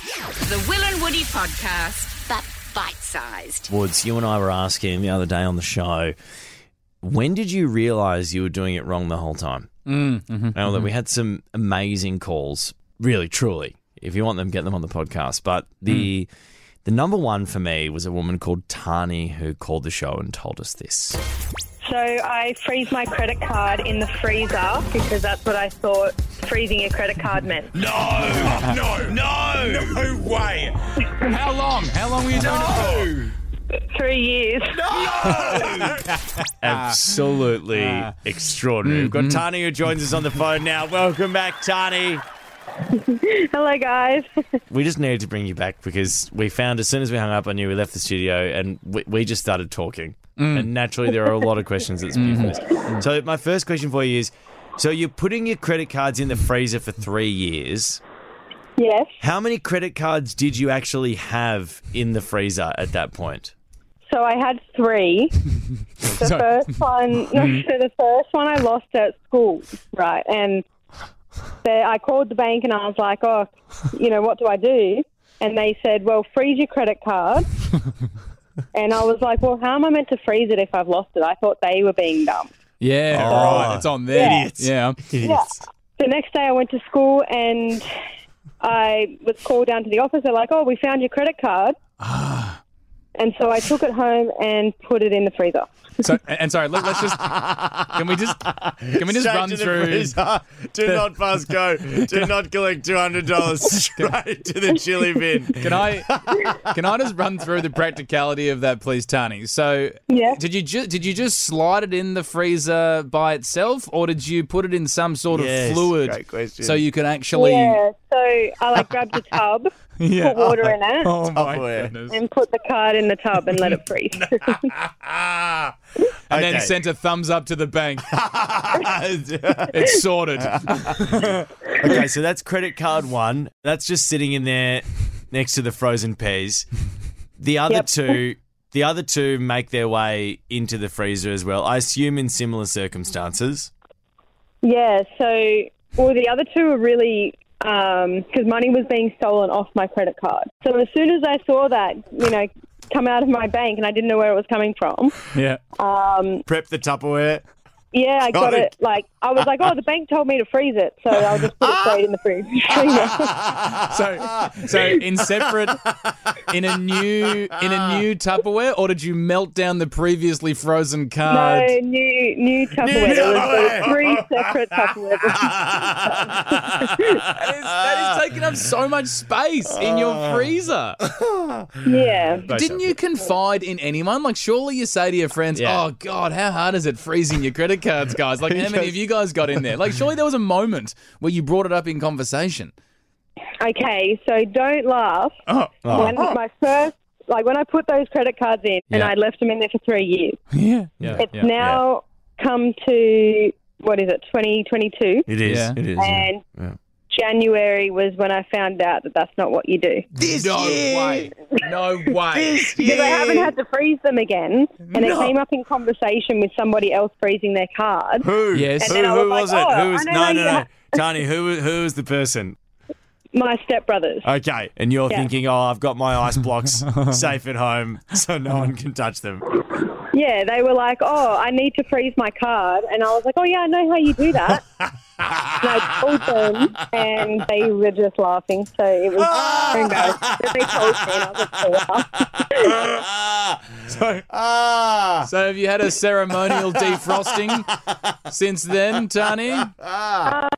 The Will and Woody Podcast, but bite sized. Woods, you and I were asking the other day on the show, when did you realize you were doing it wrong the whole time? Mm, now that we had some amazing calls, really, truly. If you want them, get them on the podcast. But the the number one for me was a woman called Tani who called the show and told us this. So I freeze my credit card in the freezer because that's what I thought freezing a credit card meant. No, no, no, no way. How long? How long were you doing Three years. it for? Absolutely extraordinary. We've got Tani who joins us on the phone now. Welcome back, Tani. Hello, guys. We just needed to bring you back because we found as soon as we hung up, I knew we left the studio and we, we just started talking. Mm. And naturally, there are a lot of questions that speak for Mm-hmm. this. So, my first question for you is so you're putting your credit cards in the freezer for three years. Yes. How many credit cards did you actually have in the freezer at that point? So I had three. The first one, no, so the first one I lost at school, right? And they, I called the bank and I was like, "Oh, you know, what do I do?" And they said, "Well, freeze your credit card." and I was like, "Well, how am I meant to freeze it if I've lost it?" I thought they were being dumb. Yeah, right. It's on there. Idiots. Yeah. the next day I went to school and I was called down to the office. They're like, oh, we found your credit card. Ah. and so I took it home and put it in the freezer. So and and sorry, let, let's just can we just can we just run through? Do not pass go. Do not collect $200 straight to the chili bin. Can I can I just run through the practicality of that, please, Tani? So Yeah. did you ju- did you just slide it in the freezer by itself, or did you put it in some sort Yes, of fluid great question. so you can actually? Yeah, so I like grabbed a tub, Yeah. put water in it, Oh my Tupperware. goodness! and put the card in the tub and let it freeze. Ah. And then sent a thumbs up to the bank. okay, It's sorted. so that's credit card one. That's just sitting in there next to the frozen peas. The other Yep. two, the other two make their way into the freezer as well. I assume in similar circumstances. yeah, so, well, the other two were really. Because money was being stolen off my credit card. So as soon as I saw that, you know, come out of my bank and I didn't know where it was coming from, Yeah. Prep the Tupperware. Yeah, I got it. Like I was like, oh, the bank told me to freeze it, so I'll just put it straight in the freeze. freezer. So, so in separate, in a new, in a new Tupperware, or did you melt down the previously frozen card? no, new new Tupperware. It was Tupperware. the three separate Tupperware. That, is, that is taking up so much space in your freezer. yeah. Didn't you confide in anyone? Like, surely you say to your friends, Yeah. "Oh God, how hard is it freezing your credit cards, guys? Like, how many of you guys got in there? Like, surely there was a moment where you brought it up in conversation." Okay, so don't laugh. Oh. When my first, like when I put those credit cards in, and Yeah. I left them in there for three years. Yeah, yeah, It's now come to what is it, twenty twenty two, It is. Yeah. It is. and January was when I found out that that's not what you do. This no way, no way. because I haven't had to freeze them again. And it came up in conversation with somebody else freezing their card. Who? Yes. Who, And then I who was was like, it? oh, Who was I know no how no you no. ha- Tani, who who was the person? My stepbrothers. Okay. And you're Yeah. thinking, oh, I've got my ice blocks safe at home so no one can touch them. Yeah, they were like, oh, I need to freeze my card. And I was like, oh, yeah, I know how you do that. and I told them, and they were just laughing. So it was so embarrassing. But they told me, and I was like, oh, wow. So, ah. So have you had a ceremonial defrosting since then, Tani? Yeah, I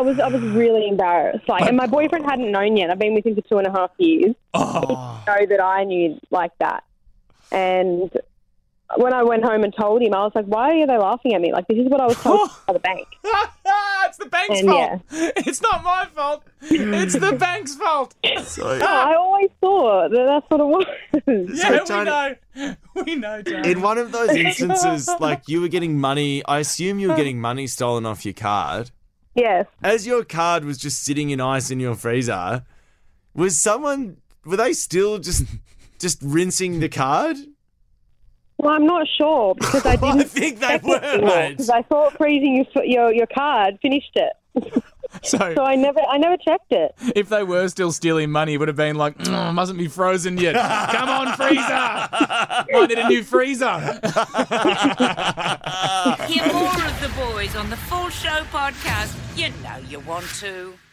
was, I was really embarrassed. Like, and my boyfriend hadn't known yet. I've been with him for two and a half years. Oh, know that I knew like that. And when I went home and told him, I was like, why are they laughing at me? Like, this is what I was told by the bank. it's the bank's And fault. It's not my fault. It's the bank's fault. No, I always thought that that's what it was. Yeah, Tony- we know. We know, Tony. In one of those instances, like you were getting money, I assume you were getting money stolen off your card. yes. As your card was just sitting in ice in your freezer, was someone were they still just just rinsing the card? Well, I'm not sure because I Well, I didn't. think they were, mate. Because I thought freezing your, your, your card finished it. So So I never, I never checked it. if they were still stealing money, it would have been like, "Mm, mustn't be frozen yet. Come on, freezer. I need a new freezer. Hear more of the boys on the Full Show podcast. You know you want to.